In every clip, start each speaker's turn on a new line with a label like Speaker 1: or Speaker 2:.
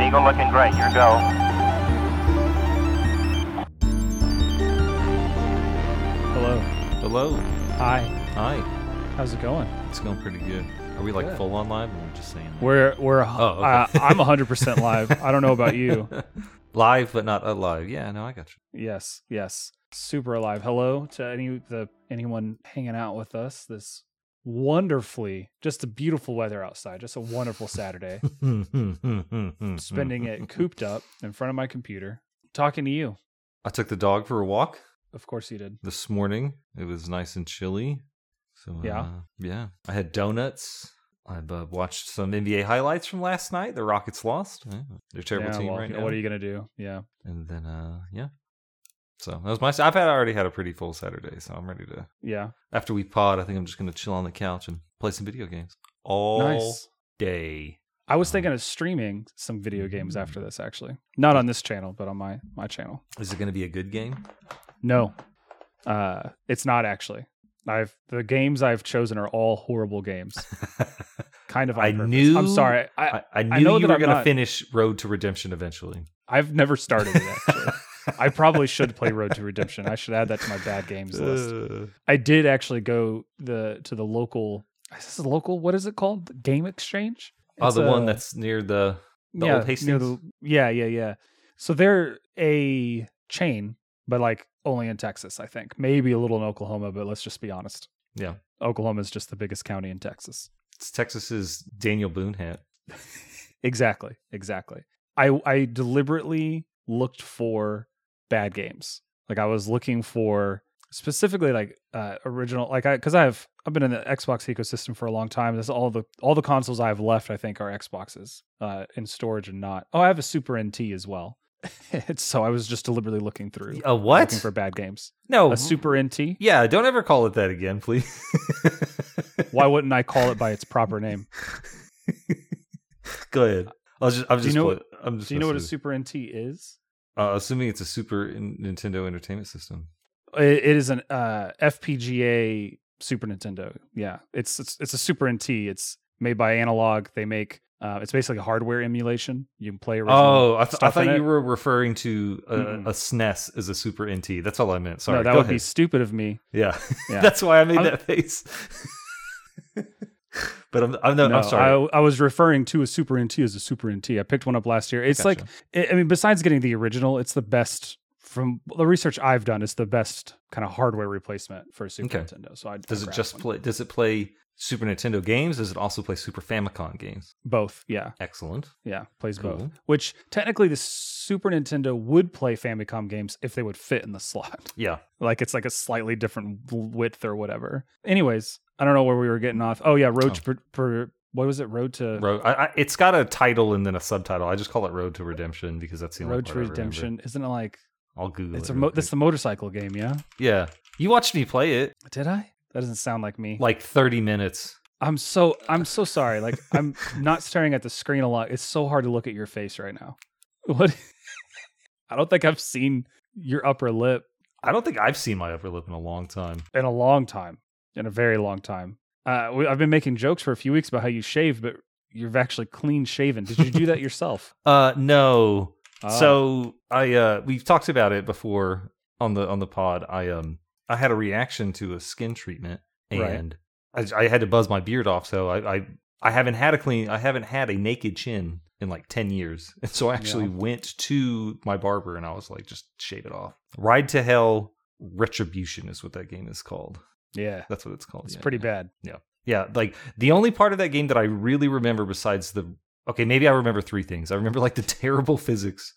Speaker 1: Eagle looking great. Your go.
Speaker 2: Hello.
Speaker 3: Hello.
Speaker 2: Hi.
Speaker 3: Hi.
Speaker 2: How's it going?
Speaker 3: It's going pretty good. Are we like full on live? Or we're just saying
Speaker 2: We're we're
Speaker 3: Oh,
Speaker 2: uh,
Speaker 3: okay.
Speaker 2: I'm 100% live. I don't know about you.
Speaker 3: live but not alive? Yeah, no, I got you.
Speaker 2: Yes, yes. Super alive. Hello to any the anyone hanging out with us this wonderfully just a beautiful weather outside. Just a wonderful Saturday. Spending it cooped up in front of my computer talking to you.
Speaker 3: I took the dog for a walk
Speaker 2: Of course you did.
Speaker 3: this morning. It was nice and chilly. So
Speaker 2: Yeah.
Speaker 3: uh, yeah. I had donuts. I've uh, watched some NBA highlights from last night. The Rockets lost. Yeah, They're a terrible
Speaker 2: Yeah,
Speaker 3: team
Speaker 2: well,
Speaker 3: right
Speaker 2: yeah,
Speaker 3: now.
Speaker 2: What are you going to do? Yeah.
Speaker 3: And then uh yeah. So that was my. I've had already had a pretty full Saturday, so I'm ready to.
Speaker 2: Yeah.
Speaker 3: After we pod, I think I'm just gonna chill on the couch and play some video games all
Speaker 2: Nice.
Speaker 3: day.
Speaker 2: I was thinking of streaming some video games after
Speaker 3: Mm.
Speaker 2: this actually. Not on this channel, but on my my channel.
Speaker 3: Is it going to be a good game?
Speaker 2: No, uh, it's not actually. I've the games I've chosen are all horrible games. Kind of. on
Speaker 3: I
Speaker 2: purpose.
Speaker 3: knew-
Speaker 2: I'm sorry. I,
Speaker 3: I, I knew
Speaker 2: know
Speaker 3: you
Speaker 2: that
Speaker 3: were
Speaker 2: I'm
Speaker 3: going to
Speaker 2: not-
Speaker 3: finish Road to Redemption eventually.
Speaker 2: I've never started it. Actually, I probably should play Road to Redemption. I should add that to my bad games
Speaker 3: Uh,
Speaker 2: list. I did actually go the to the local. Is this a local? What is it called? Game Exchange.
Speaker 3: oh,
Speaker 2: It's uh,
Speaker 3: the one
Speaker 2: a-
Speaker 3: that's near the. the old
Speaker 2: near the- yeah, yeah, yeah. So they're a chain, but like only in Texas, I think. Maybe a little in Oklahoma, but let's just be honest.
Speaker 3: Yeah.
Speaker 2: Oklahoma is just the biggest county in Texas.
Speaker 3: It's Texas's Daniel Boone hat.
Speaker 2: Exactly. Exactly. I I deliberately looked for bad games. Like I was looking for specifically like uh original like I cuz I have I've been in the Xbox ecosystem for a long time. That's all the all the consoles I have left I think are Xboxes uh in storage and not. Oh, I have a Super NT as well. so I was just deliberately looking through
Speaker 3: A what? Oh.
Speaker 2: looking for bad games.
Speaker 3: no.
Speaker 2: A Super NT?
Speaker 3: yeah, don't ever call it that again, please.
Speaker 2: Why wouldn't I call it by its proper name?
Speaker 3: Go ahead. I'll just, I'm
Speaker 2: Do you
Speaker 3: just,
Speaker 2: know
Speaker 3: pl- I'm just
Speaker 2: Do you know what a
Speaker 3: messing
Speaker 2: Super NT is?
Speaker 3: with you. uh, assuming it's a Super in- Nintendo Entertainment System.
Speaker 2: It, it is an uh, FPGA Super Nintendo. Yeah, it's it's, it's a Super NT. It's made by Analog. They make uh, it's basically a hardware emulation. You can play original.
Speaker 3: Oh, I, th- I
Speaker 2: stuff in
Speaker 3: thought
Speaker 2: it.
Speaker 3: you were referring to a,
Speaker 2: Mm-mm.
Speaker 3: a SNES as a Super NT. That's all I meant. Sorry.
Speaker 2: no, that
Speaker 3: Go
Speaker 2: would
Speaker 3: ahead.
Speaker 2: be stupid of me.
Speaker 3: Yeah.
Speaker 2: Yeah.
Speaker 3: That's why I made
Speaker 2: I'm-
Speaker 3: that face. but I'm, I'm, no,
Speaker 2: no,
Speaker 3: I'm sorry.
Speaker 2: I, I was referring to a Super NT as a Super NT. I picked one up last year. It's like
Speaker 3: Gotcha.
Speaker 2: I I mean, besides getting the original, it's the best from the research I've done. It's the best kind of hardware replacement for a Super
Speaker 3: Okay.
Speaker 2: Nintendo. So I
Speaker 3: does it just play? Does it play Super Nintendo games? Does it also play Super Famicom games?
Speaker 2: both? Yeah.
Speaker 3: Excellent.
Speaker 2: Yeah, plays both.
Speaker 3: Cool.
Speaker 2: Which technically the Super Nintendo would play Famicom games if they would fit in the slot.
Speaker 3: Yeah.
Speaker 2: Like it's like a slightly different width or whatever. Anyways, I don't know where we were getting off. Oh yeah, Road to per, per, what was it? Road to Road,
Speaker 3: Road. I, I, it's got a title and then a subtitle. I just call it Road to Redemption because that's the only
Speaker 2: to
Speaker 3: part I remember.
Speaker 2: Redemption. Isn't it like
Speaker 3: I'll Google
Speaker 2: it's
Speaker 3: it.
Speaker 2: a
Speaker 3: real
Speaker 2: mo- that's
Speaker 3: quick.
Speaker 2: the motorcycle game? Yeah.
Speaker 3: yeah. You watched me play it
Speaker 2: Did I? That doesn't sound like me.
Speaker 3: like 30 minutes.
Speaker 2: I'm so I'm so sorry. Like I'm not staring at the screen a lot. It's so hard to look at your face right now. What? I don't think I've seen your upper lip
Speaker 3: I don't think I've seen my upper lip in a long time.
Speaker 2: in a long time, in a very long time. Uh, we, I've been making jokes for a few weeks about how you shave, but you've actually clean shaven. Did you do that yourself?
Speaker 3: Uh, no.
Speaker 2: Ah,
Speaker 3: So I uh we've talked about it before on the on the pod. I um I had a reaction to a skin treatment
Speaker 2: Right.
Speaker 3: and I, I had to buzz my beard off. So I, I I haven't had a clean I haven't had a naked chin in like ten years. And so I actually
Speaker 2: Yeah.
Speaker 3: went to my barber and I was like, just shave it off. Ride to Hell Retribution is what that game is called.
Speaker 2: yeah,
Speaker 3: That's what it's called.
Speaker 2: it's
Speaker 3: Yeah,
Speaker 2: pretty
Speaker 3: yeah.
Speaker 2: bad.
Speaker 3: Yeah, like the only part of that game that I really remember besides the okay, maybe I remember three things. I remember like the terrible physics.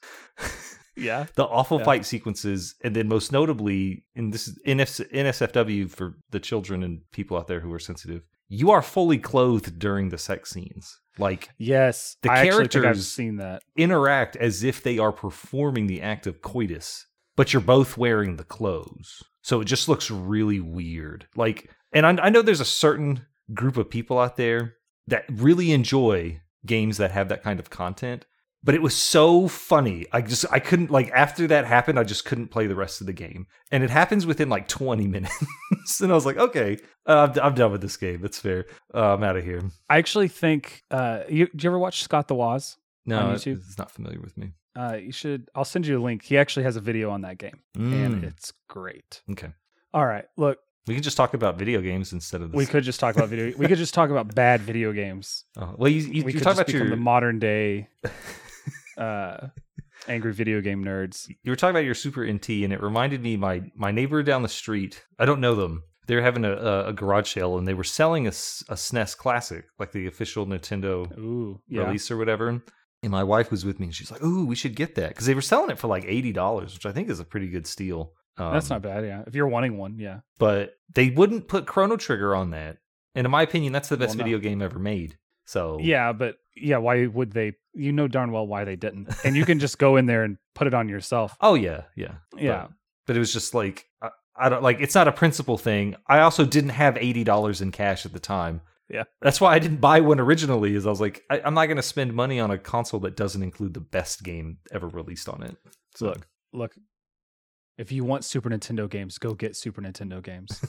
Speaker 2: Yeah,
Speaker 3: the awful
Speaker 2: Yeah.
Speaker 3: fight sequences, and then most notably, and this is NF- NSFW for the children and people out there who are sensitive. You are fully clothed during the sex scenes. Like
Speaker 2: yes.
Speaker 3: The
Speaker 2: I actually think I've
Speaker 3: characters-
Speaker 2: seen that.
Speaker 3: interact as if they are performing the act of coitus, but you're both wearing the clothes. So it just looks really weird. Like, and I, I know there's a certain group of people out there that really enjoy games that have that kind of content, but it was so funny. I just, I couldn't, like, after that happened, I just couldn't play the rest of the game. And it happens within like 20 minutes. and I was like, okay, uh, I'm, I'm done with this game. That's fair. Uh, I'm out of here.
Speaker 2: I actually think. Uh, you, do you ever watch Scott the Waz?
Speaker 3: No,
Speaker 2: On
Speaker 3: it-
Speaker 2: YouTube?
Speaker 3: it's not familiar with me.
Speaker 2: Uh, you should. I'll send you a link. He actually has a video on that game, and
Speaker 3: Mm,
Speaker 2: it's great.
Speaker 3: okay.
Speaker 2: All right, look,
Speaker 3: We can just talk about video games instead of this.
Speaker 2: we could just talk about video. we could just talk about bad video games.
Speaker 3: Oh, well, you, you,
Speaker 2: we
Speaker 3: you
Speaker 2: could
Speaker 3: talk
Speaker 2: just
Speaker 3: about
Speaker 2: become
Speaker 3: your
Speaker 2: the modern day uh, angry video game nerds.
Speaker 3: you were talking about your Super NT, and it reminded me my my neighbor down the street. I don't know them. They were having a, a, a garage sale, and they were selling a, S- a SNES Classic, like the official Nintendo
Speaker 2: Ooh, yeah.
Speaker 3: release or whatever. And my wife was with me, and she's like, "Ooh, we should get that," because they were selling it for like eighty dollars, which I think is a pretty good steal. Um,
Speaker 2: That's not bad. Yeah, if you're wanting one, yeah.
Speaker 3: but they wouldn't put Chrono Trigger on that. And in my opinion, that's the best
Speaker 2: Well, no.
Speaker 3: video game ever made. So
Speaker 2: Yeah, but yeah, why would they? You know darn well why they didn't. And you can just go in there and put it on yourself.
Speaker 3: Oh yeah, yeah,
Speaker 2: Yeah.
Speaker 3: But, but it was just like I, I don't like. It's not a principal thing. I also didn't have eighty dollars in cash at the time.
Speaker 2: Yeah.
Speaker 3: that's why I didn't buy one originally. Is I was like, I, I'm not going to spend money on a console that doesn't include the best game ever released on it. So-
Speaker 2: Look, look. If you want Super Nintendo games, go get Super Nintendo games.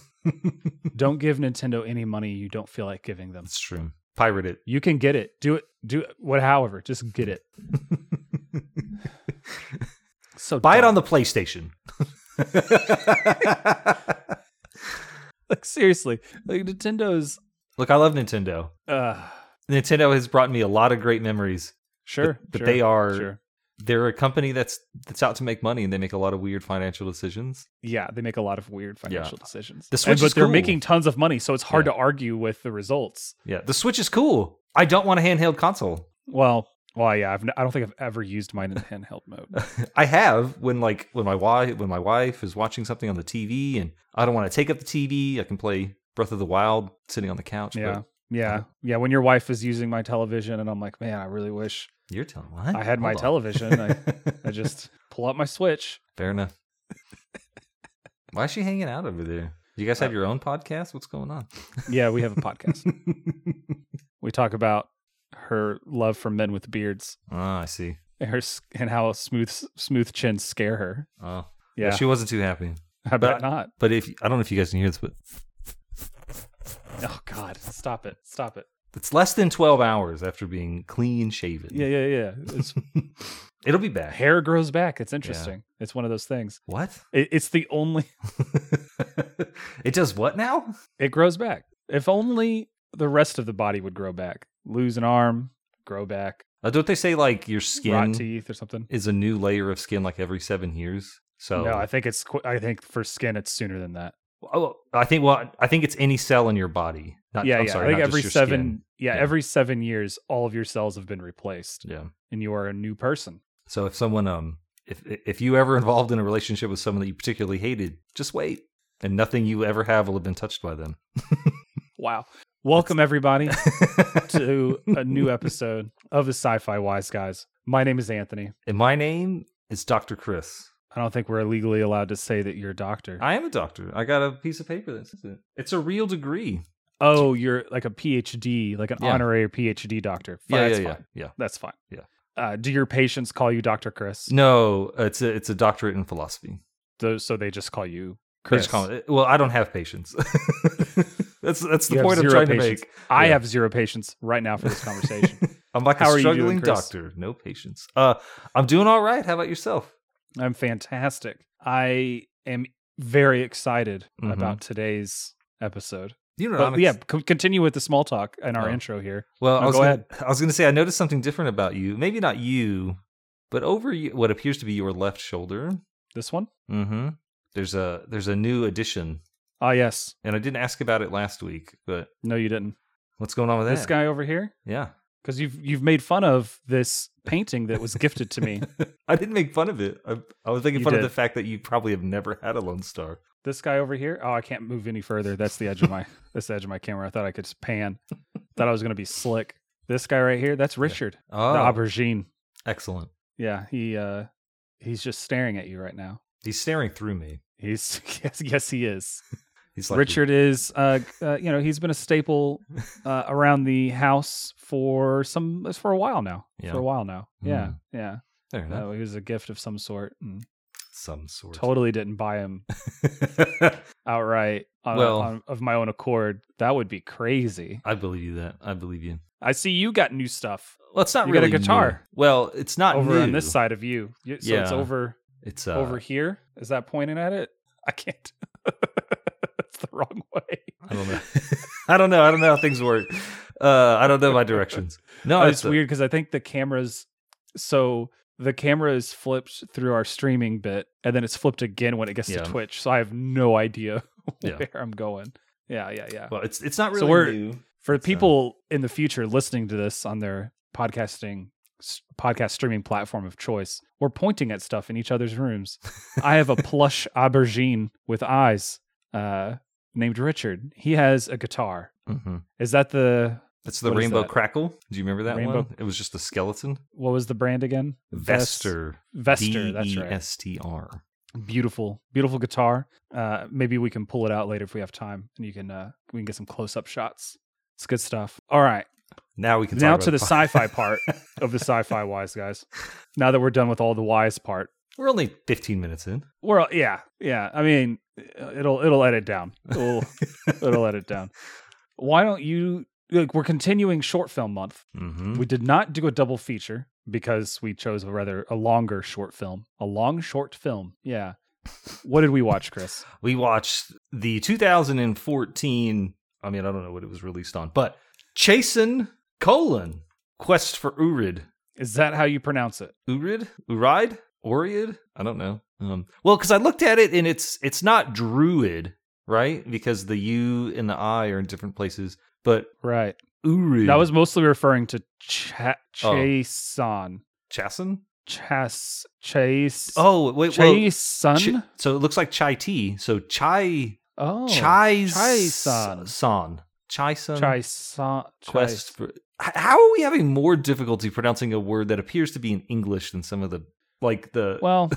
Speaker 2: don't give Nintendo any money you don't feel like giving them.
Speaker 3: that's true. Pirate it.
Speaker 2: You can get it. Do it. Do it. What? However, just get it. So
Speaker 3: buy it
Speaker 2: dumb.
Speaker 3: on the PlayStation.
Speaker 2: like seriously. Like Nintendo's.
Speaker 3: Look, I love Nintendo.
Speaker 2: Uh,
Speaker 3: Nintendo has brought me a lot of great memories,
Speaker 2: sure,
Speaker 3: but
Speaker 2: sure,
Speaker 3: they are
Speaker 2: Sure.
Speaker 3: they're a company that's that's out to make money and they make a lot of weird financial decisions.
Speaker 2: Yeah, they make a lot of weird financial decisions.
Speaker 3: The Switch
Speaker 2: but
Speaker 3: is
Speaker 2: they're
Speaker 3: cool.
Speaker 2: making tons of money, so it's hard to argue with the results.
Speaker 3: Yeah, the Switch is cool. I don't want a handheld console.
Speaker 2: Well, well, yeah. I've, n- I don't think I've ever used mine in handheld mode.
Speaker 3: I have when like when my wife when my wife is watching something on the TV and I don't want to take up the TV. I can play Breath of the Wild sitting on the couch. but
Speaker 2: Yeah. Yeah. Yeah. When your wife is using my television and I'm like, man, I really wish
Speaker 3: you're telling what?
Speaker 2: I had my
Speaker 3: Hold
Speaker 2: television.
Speaker 3: on.
Speaker 2: I, I just pull up my Switch.
Speaker 3: fair enough. Why is she hanging out over there? Do you guys
Speaker 2: Uh,
Speaker 3: have your own podcast? What's going on?
Speaker 2: Yeah. We have a podcast. we talk about her love for men with beards
Speaker 3: Ah, I see.
Speaker 2: and her s- and how smooth smooth chins scare her.
Speaker 3: Oh,
Speaker 2: Yeah.
Speaker 3: she wasn't too happy.
Speaker 2: I bet not.
Speaker 3: But if I don't know if you guys can hear this, but
Speaker 2: Oh, God. Stop it. Stop it.
Speaker 3: it's less than twelve hours after being clean shaven.
Speaker 2: Yeah. Yeah. Yeah. It's,
Speaker 3: it'll be back.
Speaker 2: hair grows back. It's interesting. It's one of those things.
Speaker 3: What?
Speaker 2: It, it's the only
Speaker 3: it does what now?
Speaker 2: it grows back. If only the rest of the body would grow back. Lose an arm, grow back,
Speaker 3: Uh, don't they say like your
Speaker 2: rot
Speaker 3: skin
Speaker 2: teeth or something.
Speaker 3: is a new layer of skin like every seven years? So
Speaker 2: No, I think it's. qu- I think for skin, it's sooner than that.
Speaker 3: oh, I think well, I think it's any cell in your body. Not,
Speaker 2: yeah,
Speaker 3: I'm
Speaker 2: yeah.
Speaker 3: sorry,
Speaker 2: I think
Speaker 3: not
Speaker 2: every
Speaker 3: just your
Speaker 2: seven. Yeah,
Speaker 3: Yeah.
Speaker 2: every seven years, all of your cells have been replaced,
Speaker 3: skin. Yeah.
Speaker 2: and you are a new person.
Speaker 3: So if someone um if if you ever involved in a relationship with someone that you particularly hated, just wait, and nothing you ever have will have been touched by them.
Speaker 2: Wow. Welcome everybody to a new episode of the Sci-Fi Wise Guys. My name is Anthony.
Speaker 3: and my name is Doctor Chris.
Speaker 2: I don't think we're legally allowed to say that you're a doctor.
Speaker 3: I am a doctor. I got a piece of paper that says it. It's a real degree.
Speaker 2: oh, you're like a PhD, like an
Speaker 3: Yeah.
Speaker 2: honorary PhD doctor. Fine, that's fine.
Speaker 3: yeah.
Speaker 2: That's fine.
Speaker 3: Yeah.
Speaker 2: Uh, do your patients call you Doctor Chris?
Speaker 3: No, it's a it's a doctorate in philosophy.
Speaker 2: Th- So they just call you
Speaker 3: They
Speaker 2: Chris.
Speaker 3: just call it- well, I don't have patience. that's that's the
Speaker 2: You have
Speaker 3: point I'm
Speaker 2: zero
Speaker 3: trying
Speaker 2: patience.
Speaker 3: to make.
Speaker 2: I
Speaker 3: Yeah.
Speaker 2: have zero patience right now for this conversation.
Speaker 3: I'm like
Speaker 2: How are
Speaker 3: a
Speaker 2: you doing,
Speaker 3: struggling
Speaker 2: Chris?
Speaker 3: doctor, no patience. Uh, I'm doing all right. How about yourself?
Speaker 2: I'm fantastic. I am very excited
Speaker 3: Mhm.
Speaker 2: about today's episode.
Speaker 3: You know,
Speaker 2: But
Speaker 3: I'm
Speaker 2: yeah,
Speaker 3: ex-
Speaker 2: co- continue with the small talk and our
Speaker 3: Oh.
Speaker 2: intro here.
Speaker 3: Well,
Speaker 2: no,
Speaker 3: I was
Speaker 2: go
Speaker 3: gonna, I was going to say I noticed something different about you. Maybe not you, but over you, what appears to be your left shoulder.
Speaker 2: This one?
Speaker 3: Mm-hmm. There's a there's a new addition,
Speaker 2: Ah, yes.
Speaker 3: and I didn't ask about it last week. But
Speaker 2: No, you didn't.
Speaker 3: what's going on with
Speaker 2: This
Speaker 3: that?
Speaker 2: guy over here,
Speaker 3: Yeah,
Speaker 2: because you've you've made fun of this painting that was gifted to me.
Speaker 3: I didn't make fun of it. I, I was making
Speaker 2: You
Speaker 3: fun
Speaker 2: did.
Speaker 3: of the fact that you probably have never had a Lone Star.
Speaker 2: this guy over here. Oh, I can't move any further. That's the edge of my that's the edge of my camera. I thought I could just pan. thought I was gonna be slick. This guy right here, that's Richard,
Speaker 3: Oh,
Speaker 2: the aubergine.
Speaker 3: excellent.
Speaker 2: Yeah, he uh he's just staring at you right now.
Speaker 3: He's staring through me.
Speaker 2: He's yes, yes he is.
Speaker 3: He's like
Speaker 2: Richard is uh, uh you know, he's been a staple uh around the house for some for a while now.
Speaker 3: Yeah. Mm.
Speaker 2: For a while now. Yeah. Yeah.
Speaker 3: There,
Speaker 2: Uh, he was a gift of some sort. And
Speaker 3: some sort.
Speaker 2: Totally didn't buy him outright on,
Speaker 3: Well-
Speaker 2: on- of my own accord. That would be crazy.
Speaker 3: I believe you that. I believe you.
Speaker 2: I see you got new stuff
Speaker 3: Well, it's not
Speaker 2: You got a
Speaker 3: really
Speaker 2: guitar.
Speaker 3: new. Well, it's not
Speaker 2: over
Speaker 3: new.
Speaker 2: on this side of you. You- So it's
Speaker 3: Yeah.
Speaker 2: over
Speaker 3: It's uh,
Speaker 2: over here. Is that pointing at it? I can't. It's the wrong way.
Speaker 3: I don't know. I don't know. I don't know how things work. Uh, I don't know my directions. No,
Speaker 2: Oh,
Speaker 3: it's
Speaker 2: it's weird because I think the cameras. So the camera is flipped through our streaming bit, and then it's flipped again when it gets
Speaker 3: Yeah.
Speaker 2: to Twitch. So I have no idea
Speaker 3: Yeah.
Speaker 2: where I'm going. Yeah, yeah, yeah.
Speaker 3: Well, it's it's not
Speaker 2: So
Speaker 3: really
Speaker 2: we're-
Speaker 3: new.
Speaker 2: For people in the future listening to this on their podcasting s- podcast streaming platform of choice, we're pointing at stuff in each other's rooms. I have a plush aubergine with eyes uh, named Richard. He has a guitar.
Speaker 3: Mhm.
Speaker 2: Is that the
Speaker 3: That's the
Speaker 2: What is
Speaker 3: rainbow
Speaker 2: that?
Speaker 3: crackle. Do you remember that
Speaker 2: Rainbow-
Speaker 3: one? It was just a skeleton.
Speaker 2: what was the brand again? Vest-
Speaker 3: Vester. E
Speaker 2: Vester. That's right.
Speaker 3: D-E-S-T-R.
Speaker 2: beautiful beautiful guitar uh maybe we can pull it out later if we have time and you can uh we can get some close-up shots it's good stuff all right
Speaker 3: Now we can
Speaker 2: now
Speaker 3: talk
Speaker 2: to the
Speaker 3: about
Speaker 2: sci-fi part of the sci-fi wise guys now that we're done with all the wise part
Speaker 3: We're only 15 minutes in.
Speaker 2: we're all- yeah yeah i mean it'll it'll edit down it'll, it'll edit down why don't you like we're continuing short film month
Speaker 3: Mm-hmm.
Speaker 2: we did not do a double feature because we chose a rather a longer short film a long short film yeah what did we watch chris
Speaker 3: We watched the 2014. I mean, I don't know what it was released on, but Chasin colon Quest for Urid.
Speaker 2: Is that how you pronounce it?
Speaker 3: Urid, Uride, Orid. I don't know. Um, well, because I looked at it and it's it's not Druid, right? Because the U and the I are in different places, but
Speaker 2: Right.
Speaker 3: Urid.
Speaker 2: That was mostly referring to Ch-
Speaker 3: Oh.
Speaker 2: Chason.
Speaker 3: Chasin.
Speaker 2: Chas Chase.
Speaker 3: Oh wait, well,
Speaker 2: Chason.
Speaker 3: Ch- so it looks like Chai tea. So Chai
Speaker 2: oh.
Speaker 3: Chai
Speaker 2: Chai-san.
Speaker 3: San Chai San
Speaker 2: Chason.
Speaker 3: Quest for. H- How are we having more difficulty pronouncing a word that appears to be in English than some of the like the
Speaker 2: Well,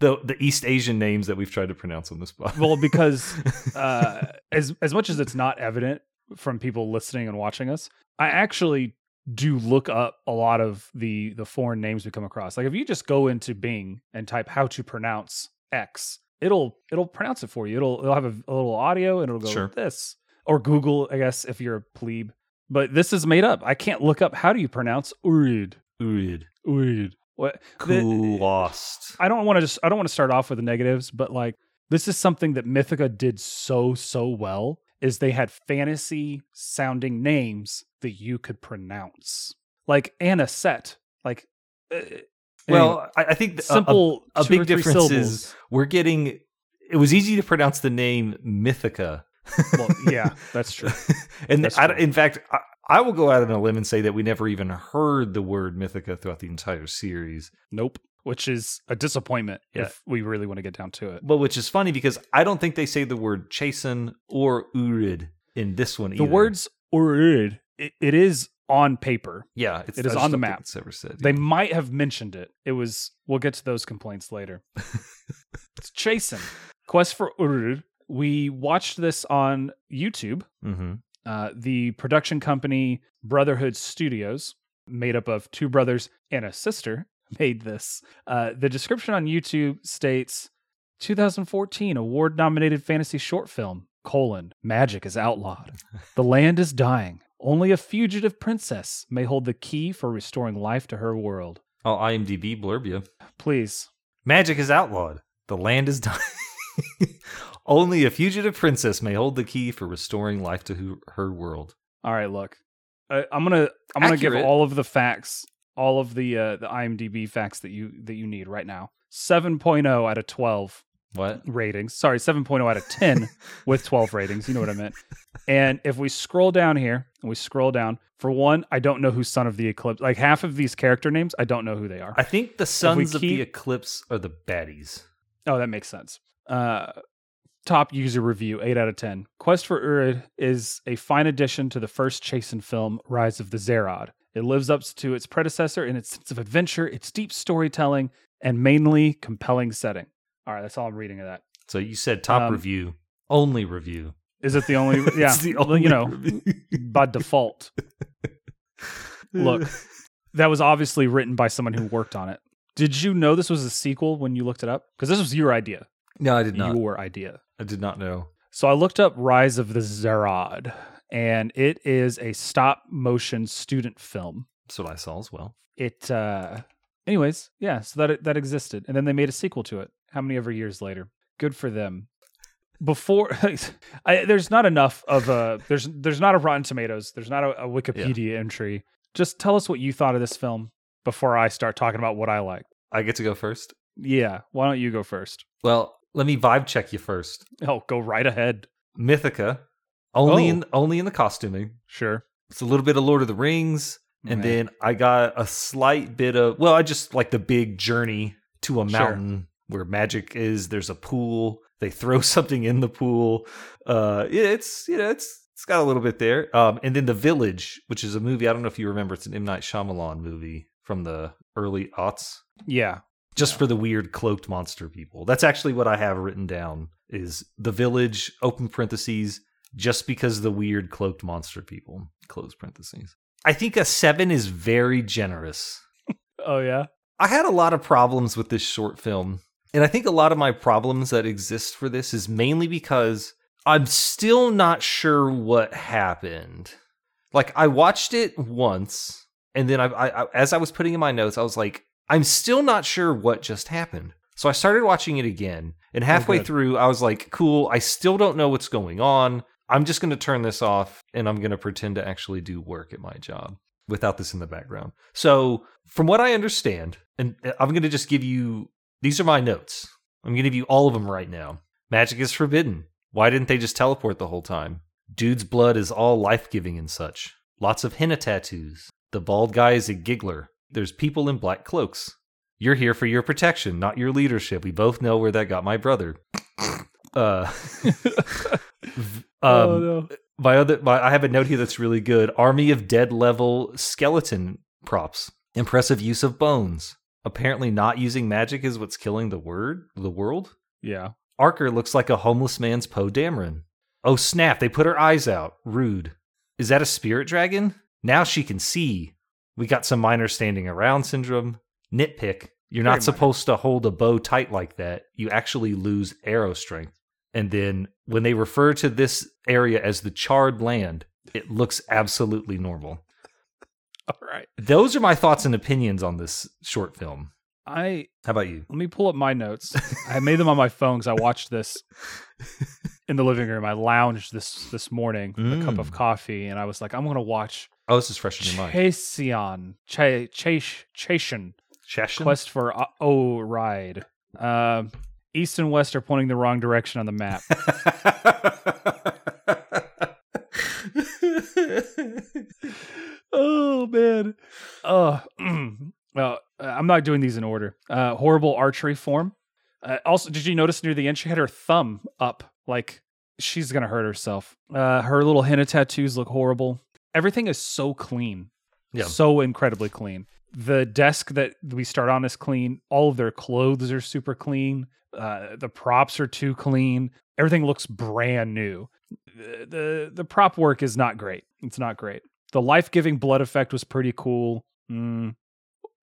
Speaker 3: the, the East Asian names that we've tried to pronounce on this spot?
Speaker 2: well, because uh, as as much as it's not evident from people listening and watching us, I actually do look up a lot of the the foreign names we come across. Like if you just go into Bing and type how to pronounce X, it'll it'll pronounce it for you. It'll it'll have a, a little audio and it'll go
Speaker 3: Sure.
Speaker 2: this or Google, I guess, if you're a plebe. But this is made up. I can't look up how do you pronounce Urid.
Speaker 3: Urid.
Speaker 2: Urid. What the-
Speaker 3: Cool lost.
Speaker 2: I don't want to just I don't want to start off with the negatives, but like this is something that Mythica did so so well is they had fantasy sounding names that you could pronounce. Like Anna Set, like uh, anyway,
Speaker 3: Well, I, I think th- a- a-
Speaker 2: simple
Speaker 3: a,
Speaker 2: two
Speaker 3: big
Speaker 2: or three
Speaker 3: difference
Speaker 2: syllables.
Speaker 3: is we're getting. It was easy to pronounce the name Mythica.
Speaker 2: well, yeah, that's true.
Speaker 3: and
Speaker 2: That's
Speaker 3: I,
Speaker 2: true.
Speaker 3: in fact, I, I will go out on a limb and say that we never even heard the word Mythica throughout the entire series.
Speaker 2: Nope, which is a disappointment
Speaker 3: Yeah.
Speaker 2: if we really want to get down to it.
Speaker 3: But which is funny because I don't think they say the word Chasen or Urid in this one.
Speaker 2: The
Speaker 3: either.
Speaker 2: words Urid, it, it is on paper.
Speaker 3: yeah, it's,
Speaker 2: it is
Speaker 3: I just
Speaker 2: on the
Speaker 3: don't think
Speaker 2: map.
Speaker 3: It's ever said.
Speaker 2: They might have mentioned it. It was. We'll get to those complaints later. it's Chasen. Quest for Urur. We watched this on YouTube.
Speaker 3: Mhm.
Speaker 2: Uh, the production company Brotherhood Studios, made up of two brothers and a sister, made this. Uh, the description on YouTube states 2014 award nominated fantasy short film colon magic is outlawed the land is dying only a fugitive princess may hold the key for restoring life to her world
Speaker 3: Oh, IMDb blurb you.
Speaker 2: please
Speaker 3: Magic is outlawed. The land is dying. Only a fugitive princess may hold the key for restoring life to who- her world.
Speaker 2: all right look I, i'm gonna i'm gonna
Speaker 3: Accurate.
Speaker 2: give all of the facts all of the uh, the imdb facts that you that you need right now 7.0 out of 12
Speaker 3: What?
Speaker 2: ratings. Sorry, 7.0 out of 10 with 12 ratings. You know what I meant. And if we scroll down here and we scroll down, for one, I don't know who Son of the Eclipse, like half of these character names, I don't know who they are.
Speaker 3: I think the Sons of the
Speaker 2: keep-
Speaker 3: Eclipse are the baddies.
Speaker 2: Oh, that makes sense. Uh, top user review, 8 out of 10. Quest for Urid is a fine addition to the first Chasen film, Rise of the Zerod. It lives up to its predecessor in its sense of adventure, its deep storytelling, and mainly compelling setting. All right, that's all I'm reading of that.
Speaker 3: So you said top
Speaker 2: Um,
Speaker 3: review, only review.
Speaker 2: Is it the only? Yeah,
Speaker 3: It's the
Speaker 2: well,
Speaker 3: only
Speaker 2: you know,
Speaker 3: review.
Speaker 2: by default. Look, that was obviously written by someone who worked on it. Did you know this was a sequel when you looked it up? Because this was your idea.
Speaker 3: No, I did not.
Speaker 2: Your idea.
Speaker 3: I did not know.
Speaker 2: So I looked up Rise of the Zerod, and it is a stop motion student film.
Speaker 3: That's what I saw as well.
Speaker 2: It, uh, anyways, yeah. So that that existed, and then they made a sequel to it. How many ever years later? Good for them. Before I, there's not enough of a there's there's not a Rotten Tomatoes, there's not a, a Wikipedia entry. Just tell us what you thought of this film before I start talking about what I like.
Speaker 3: I get to go first.
Speaker 2: Yeah, why don't you go first?
Speaker 3: Well, let me vibe check you first.
Speaker 2: Oh, go right ahead.
Speaker 3: Mythica, only
Speaker 2: Oh.
Speaker 3: in only in the costuming.
Speaker 2: Sure.
Speaker 3: It's a little bit of Lord of the Rings, and
Speaker 2: Meh.
Speaker 3: then I got a slight bit of well, I just like the big journey to a
Speaker 2: Sure.
Speaker 3: mountain where magic is. There's a pool. They throw something in the pool. Uh, yeah, it's you know it's it's got a little bit there. Um, and then the village, which is a movie I don't know if you remember. It's an M Night Shyamalan movie from the early aughts.
Speaker 2: Yeah.
Speaker 3: just
Speaker 2: Yeah.
Speaker 3: for the weird cloaked monster people. That's actually what I have written down is the village open parentheses just because the weird cloaked monster people close parentheses. I think a 7 is very generous.
Speaker 2: Oh yeah.
Speaker 3: I had a lot of problems with this short film. And I think a lot of my problems that exist for this is mainly because I'm still not sure what happened. Like I watched it once and then I, I, I as I was putting in my notes I was like I'm still not sure what just happened. So I started watching it again and halfway
Speaker 2: good.
Speaker 3: through I was like cool, I still don't know what's going on. I'm just going to turn this off and I'm going to pretend to actually do work at my job without this in the background. So, from what I understand, and uh, I'm going to just give you these are my notes. I'm going to give you all of them right now. Magic is forbidden. Why didn't they just teleport the whole time? Dude's blood is all life giving and such. Lots of henna tattoos. The bald guy is a giggler. There's people in black cloaks. You're here for your protection, not your leadership. We both know where that got my brother. Uh, um,
Speaker 2: oh no.
Speaker 3: my other my, i have a note here that's really good army of dead level skeleton props impressive use of bones apparently not using magic is what's killing the word the world
Speaker 2: Yeah.
Speaker 3: arker looks like a homeless man's poe dameron oh snap they put her eyes out rude is that a spirit dragon now she can see we got some minor standing around syndrome nitpick you're
Speaker 2: Very
Speaker 3: not supposed to hold a bow tight like that you actually lose arrow strength and then when they refer to this area as the charred land, it looks absolutely normal.
Speaker 2: All right.
Speaker 3: Those are my thoughts and opinions on this short film.
Speaker 2: I
Speaker 3: How about you?
Speaker 2: let me pull up my notes. I made them on my phone because I watched this in the living room. I lounged this this morning with a cup of
Speaker 3: Mm.
Speaker 2: coffee, and I was like, I'm gonna watch
Speaker 3: Oh, this is fresh in your mind.
Speaker 2: Chasion, Cha- Chase, Chashan,
Speaker 3: Chashin?
Speaker 2: Quest for O- O Ride. Um, East and West are pointing the wrong direction on the map. oh man. Uh, well, uh, I'm not doing these in order. Uh, horrible archery form. Uh, also, did you notice near the end she had her thumb up, like she's gonna hurt herself. Uh, her little henna tattoos look horrible. Everything is so clean,
Speaker 3: Yeah.
Speaker 2: so incredibly clean. The desk that we start on is clean. All of their clothes are super clean. Uh, the props are too clean. Everything looks brand new. The the, the prop work is not great. It's not great the life giving blood effect was pretty cool. Mm,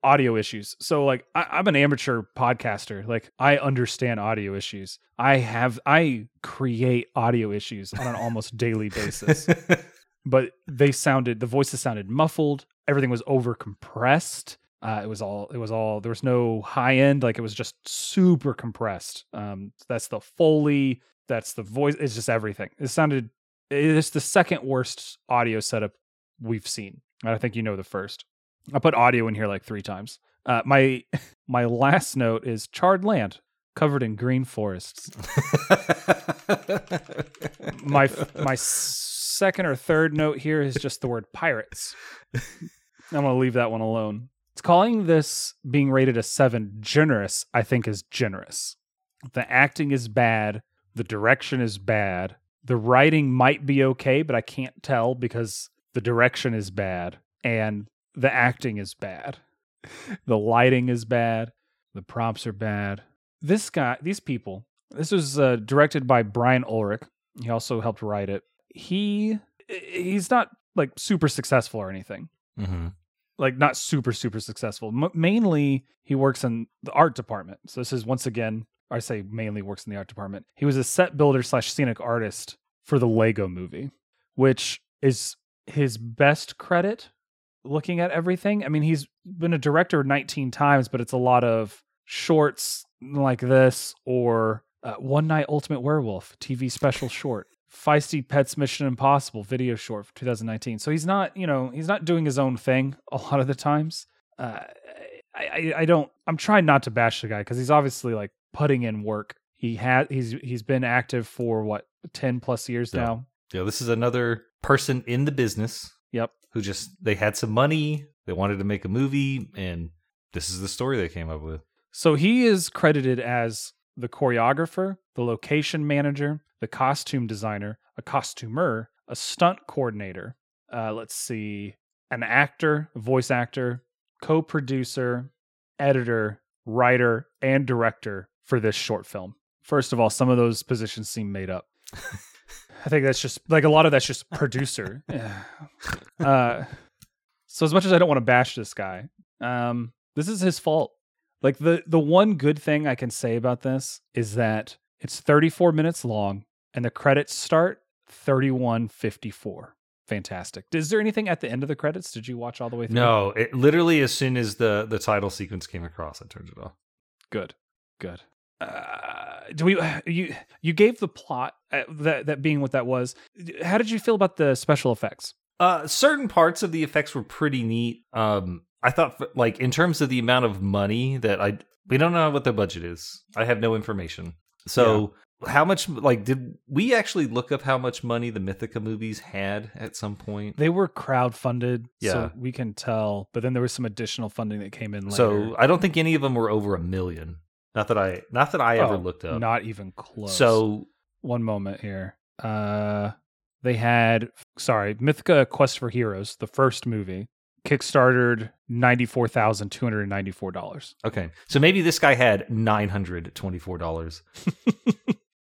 Speaker 2: audio issues. So like I, I'm an amateur podcaster. Like I understand audio issues. I have I create audio issues on an almost daily basis. But they sounded the voices sounded muffled. Everything was over compressed. Uh, it was all it was all there was no high end like it was just super compressed. Um, that's the foley. That's the voice. It's just everything. It sounded. It's the second worst audio setup we've seen. And I think you know the first. I put audio in here like three times. Uh, my my last note is charred land covered in green forests. My my second or third note here is just the word pirates. I'm gonna leave that one alone. It's calling this being rated a seven generous. I think is generous. The acting is bad. The direction is bad. The writing might be okay, but I can't tell because the direction is bad and the acting is bad. The lighting is bad. The props are bad. This guy, these people, this was uh, directed by Brian Ulrich. He also helped write it. He he's not like super successful or anything
Speaker 3: Mhm.
Speaker 2: like not super super successful. M- mainly, he works in the art department. So this is once again, I say mainly works in the art department. He was a set builder slash scenic artist for the Lego Movie, which is his best credit. Looking at everything, I mean, he's been a director 19 times, but it's a lot of shorts like this or uh, One Night Ultimate Werewolf TV special short, Feisty Pets Mission Impossible video short for 2019. So he's not, you know, he's not doing his own thing a lot of the times. Uh, I, I, I don't. I'm trying not to bash the guy because he's obviously like putting in work. He had he's he's been active for what 10 plus years
Speaker 3: Yeah.
Speaker 2: now.
Speaker 3: Yeah, this is another person in the business.
Speaker 2: Yep.
Speaker 3: Who just they had some money, they wanted to make a movie, and this is the story they came up with.
Speaker 2: So he is credited as the choreographer, the location manager, the costume designer, a costumer, a stunt coordinator. Uh, let's see, an actor, voice actor, co producer, editor, writer, and director for this short film. First of all, some of those positions seem made up. I think that's just like a lot of that's just producer. uh, so, as much as I don't want to bash this guy, um, this is his fault. Like the the one good thing I can say about this is that it's 34 minutes long and the credits start 31:54. Fantastic. Is there anything at the end of the credits? Did you watch all the way through?
Speaker 3: No, it literally as soon as the the title sequence came across, I turned it off.
Speaker 2: Good. Good. Uh, do we you you gave the plot uh, that that being what that was? How did you feel about the special effects?
Speaker 3: Uh, certain parts of the effects were pretty neat. Um, I thought, for, like in terms of the amount of money that I, we don't know what their budget is. I have no information. So how much? Like, did we actually look up how much money the Mythica movies had at some point?
Speaker 2: They were crowdfunded,
Speaker 3: Yeah.
Speaker 2: so we can tell. But then there was some additional funding that came in later.
Speaker 3: So I don't think any of them were over a million. Not that I, not that I ever
Speaker 2: Oh,
Speaker 3: looked up.
Speaker 2: not even close.
Speaker 3: So
Speaker 2: one moment here. Uh, they had sorry, Mythica: Quest for Heroes, the first movie, kickstarted ninety four thousand two hundred ninety four dollars.
Speaker 3: okay, so maybe this guy had nine hundred twenty-four dollars.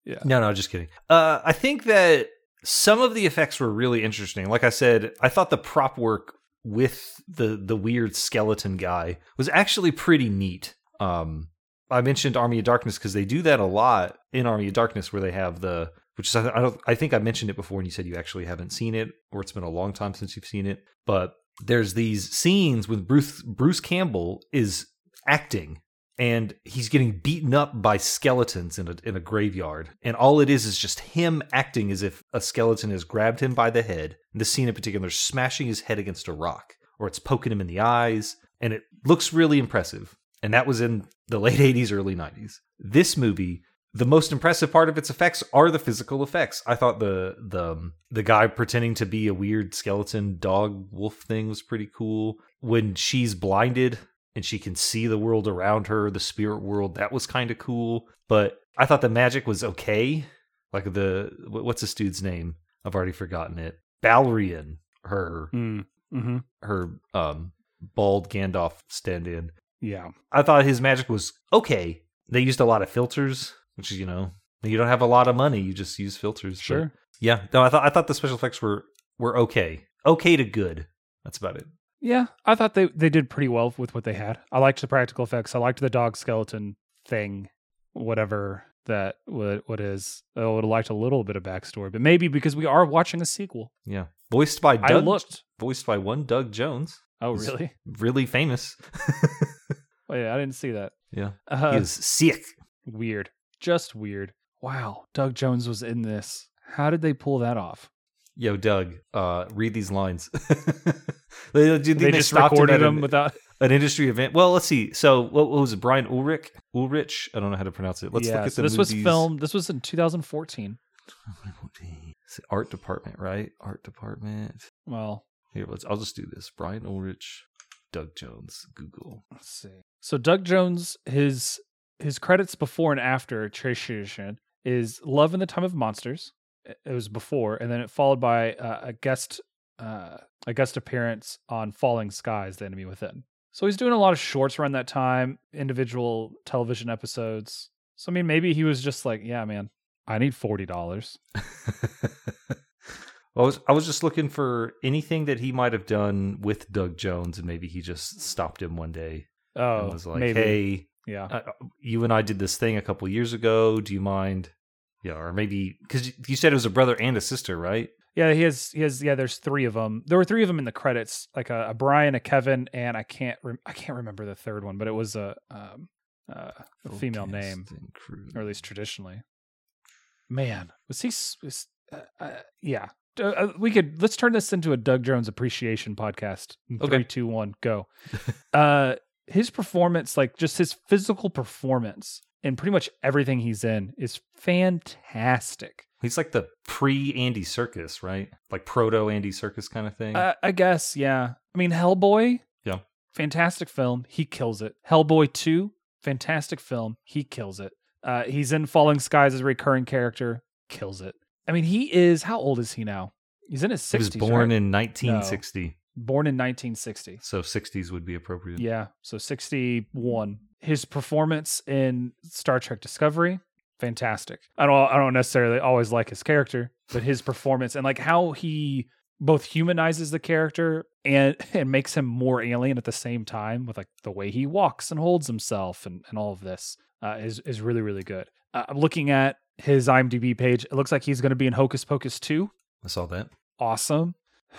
Speaker 2: Yeah.
Speaker 3: No, no, just kidding. Uh, I think that some of the effects were really interesting. Like I said, I thought the prop work with the the weird skeleton guy was actually pretty neat. Um, I mentioned Army of Darkness because they do that a lot in Army of Darkness, where they have the which is I don't I think I mentioned it before, and you said you actually haven't seen it, or it's been a long time since you've seen it. But there's these scenes with Bruce Bruce Campbell is acting, and he's getting beaten up by skeletons in a in a graveyard, and all it is is just him acting as if a skeleton has grabbed him by the head. The scene in particular, smashing his head against a rock, or it's poking him in the eyes, and it looks really impressive and that was in the late 80s early 90s this movie the most impressive part of its effects are the physical effects i thought the the um, the guy pretending to be a weird skeleton dog wolf thing was pretty cool when she's blinded and she can see the world around her the spirit world that was kind of cool but i thought the magic was okay like the wh- what's this dude's name i've already forgotten it balrian her
Speaker 2: Mm-hmm.
Speaker 3: her um bald gandalf stand in
Speaker 2: Yeah.
Speaker 3: I thought his magic was okay. They used a lot of filters, which is you know you don't have a lot of money, you just use filters. but-
Speaker 2: Sure.
Speaker 3: yeah. No, I thought I thought the special effects were were okay, okay to good. That's about it.
Speaker 2: Yeah, I thought they they did pretty well with what they had. I liked the practical effects. I liked the dog skeleton thing, whatever that what what is. I would have liked a little bit of backstory, but maybe because we are watching a sequel.
Speaker 3: Yeah. Voiced by Doug,
Speaker 2: I looked.
Speaker 3: voiced by one Doug Jones,
Speaker 2: Oh,
Speaker 3: Is-
Speaker 2: really?
Speaker 3: really famous.
Speaker 2: Oh, yeah, I didn't see that.
Speaker 3: yeah,
Speaker 2: Uh,
Speaker 3: he is sick.
Speaker 2: Weird. Just weird. Wow, Doug Jones was in this. How did they pull that off?
Speaker 3: Yo, Doug, uh, read these lines. they, do you think
Speaker 2: They, just
Speaker 3: stopped him
Speaker 2: recorded
Speaker 3: at
Speaker 2: him
Speaker 3: an-
Speaker 2: without.
Speaker 3: an industry event. Well, let's see. So, what, what was it? Brian Ulrich? Ulrich? I don't know how to pronounce it. Let's
Speaker 2: yeah,
Speaker 3: look at
Speaker 2: so
Speaker 3: the
Speaker 2: this was
Speaker 3: movies.
Speaker 2: filmed. This was in 2014.
Speaker 3: It's the art department, right? Art department.
Speaker 2: Well,
Speaker 3: Here, let's. I'll just do this. Brian Ulrich, Doug Jones, Google.
Speaker 2: Let's see. So Doug Jones, his his credits before and after Trishushin is Love in the Time of Monsters. It it was before, and then it followed by uh, a guest uh, a guest appearance on Falling Skies: The Enemy Within. So he's doing a lot of shorts around that time, individual television episodes. So I mean, maybe he was just like, "Yeah, man, I need forty dollars."
Speaker 3: I was I was just looking for anything that he might have done with Doug Jones, and maybe he just stopped him one day and
Speaker 2: Oh,
Speaker 3: was like,
Speaker 2: maybe.
Speaker 3: "Hey,
Speaker 2: yeah.
Speaker 3: uh, you and I did this thing a couple years ago. Do you mind?" Yeah, or maybe because you said it was a brother and a sister, right?
Speaker 2: Yeah, he has. He has. Yeah, there's three of them. There were three of them in the credits, like a, a Brian, a Kevin, and I can't. Re- I can't remember the third one, but it was a um, uh, a female name,
Speaker 3: Full cast and crew.
Speaker 2: or at least traditionally. Man, was he? s- Was, uh, uh, yeah, Uh, uh, we could. Let's turn this into a Doug Jones appreciation podcast. In
Speaker 3: Okay.
Speaker 2: Three, two, one, go. uh, his performance, like just his physical performance, in pretty much everything he's in, is fantastic.
Speaker 3: He's like the pre Andy Circus, right? Like proto Andy Circus kind of thing.
Speaker 2: Uh, I guess, yeah. I mean, Hellboy.
Speaker 3: Yeah.
Speaker 2: Fantastic film. He kills it. Hellboy 2, fantastic film. He kills it. Uh, he's in Falling Skies as a recurring character. Kills it. I mean, he is, how old is he now? He's in his 60s.
Speaker 3: he was born
Speaker 2: right?
Speaker 3: in 1960,
Speaker 2: born in 1960.
Speaker 3: so 60s would be appropriate.
Speaker 2: Yeah. So 61. His performance in Star Trek Discovery, fantastic. I don't I don't necessarily always like his character, but his performance and like how he both humanizes the character and and makes him more alien at the same time with like the way he walks and holds himself and, and all of this uh, is is really really good. Uh, I'm looking at his IMDb page. It looks like he's going to be in Hocus Pocus 2
Speaker 3: I saw that.
Speaker 2: awesome.